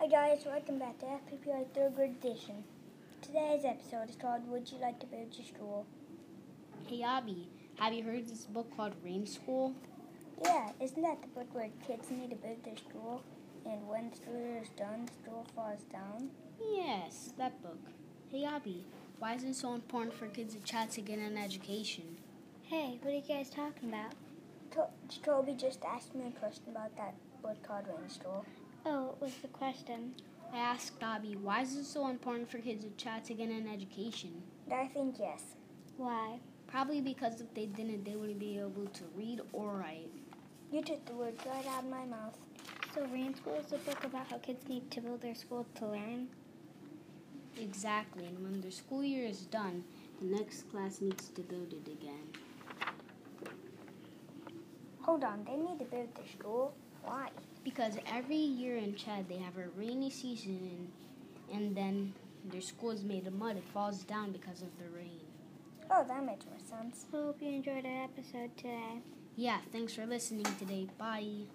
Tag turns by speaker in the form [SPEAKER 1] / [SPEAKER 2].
[SPEAKER 1] Hi guys, welcome back to FPPI Third Grade Edition. Today's episode is called Would You Like to Build Your School?
[SPEAKER 2] Hey Abby, have you heard this book called Rain School?
[SPEAKER 1] Yeah, isn't that the book where kids need to build their school and when the school is done, the school falls down?
[SPEAKER 2] Yes, that book. Hey Abby, why is it so important for kids to chat to get an education?
[SPEAKER 3] Hey, what are you guys talking about?
[SPEAKER 1] To- Toby just asked me a question about that book called Rain School.
[SPEAKER 3] Oh, what was the question?
[SPEAKER 2] I asked Abby, why is it so important for kids to chat to get an education?
[SPEAKER 1] And I think yes.
[SPEAKER 3] Why?
[SPEAKER 2] Probably because if they didn't, they wouldn't be able to read or write.
[SPEAKER 1] You took the words right out of my mouth.
[SPEAKER 3] So, Rain School is a book about how kids need to build their school to learn.
[SPEAKER 2] Exactly, and when their school year is done, the next class needs to build it again.
[SPEAKER 1] Hold on, they need to build their school? Why?
[SPEAKER 2] Because every year in Chad, they have a rainy season, and, and then their school is made of mud. It falls down because of the rain.
[SPEAKER 1] Oh, that makes more sense.
[SPEAKER 3] Hope you enjoyed our episode today.
[SPEAKER 2] Yeah, thanks for listening today. Bye.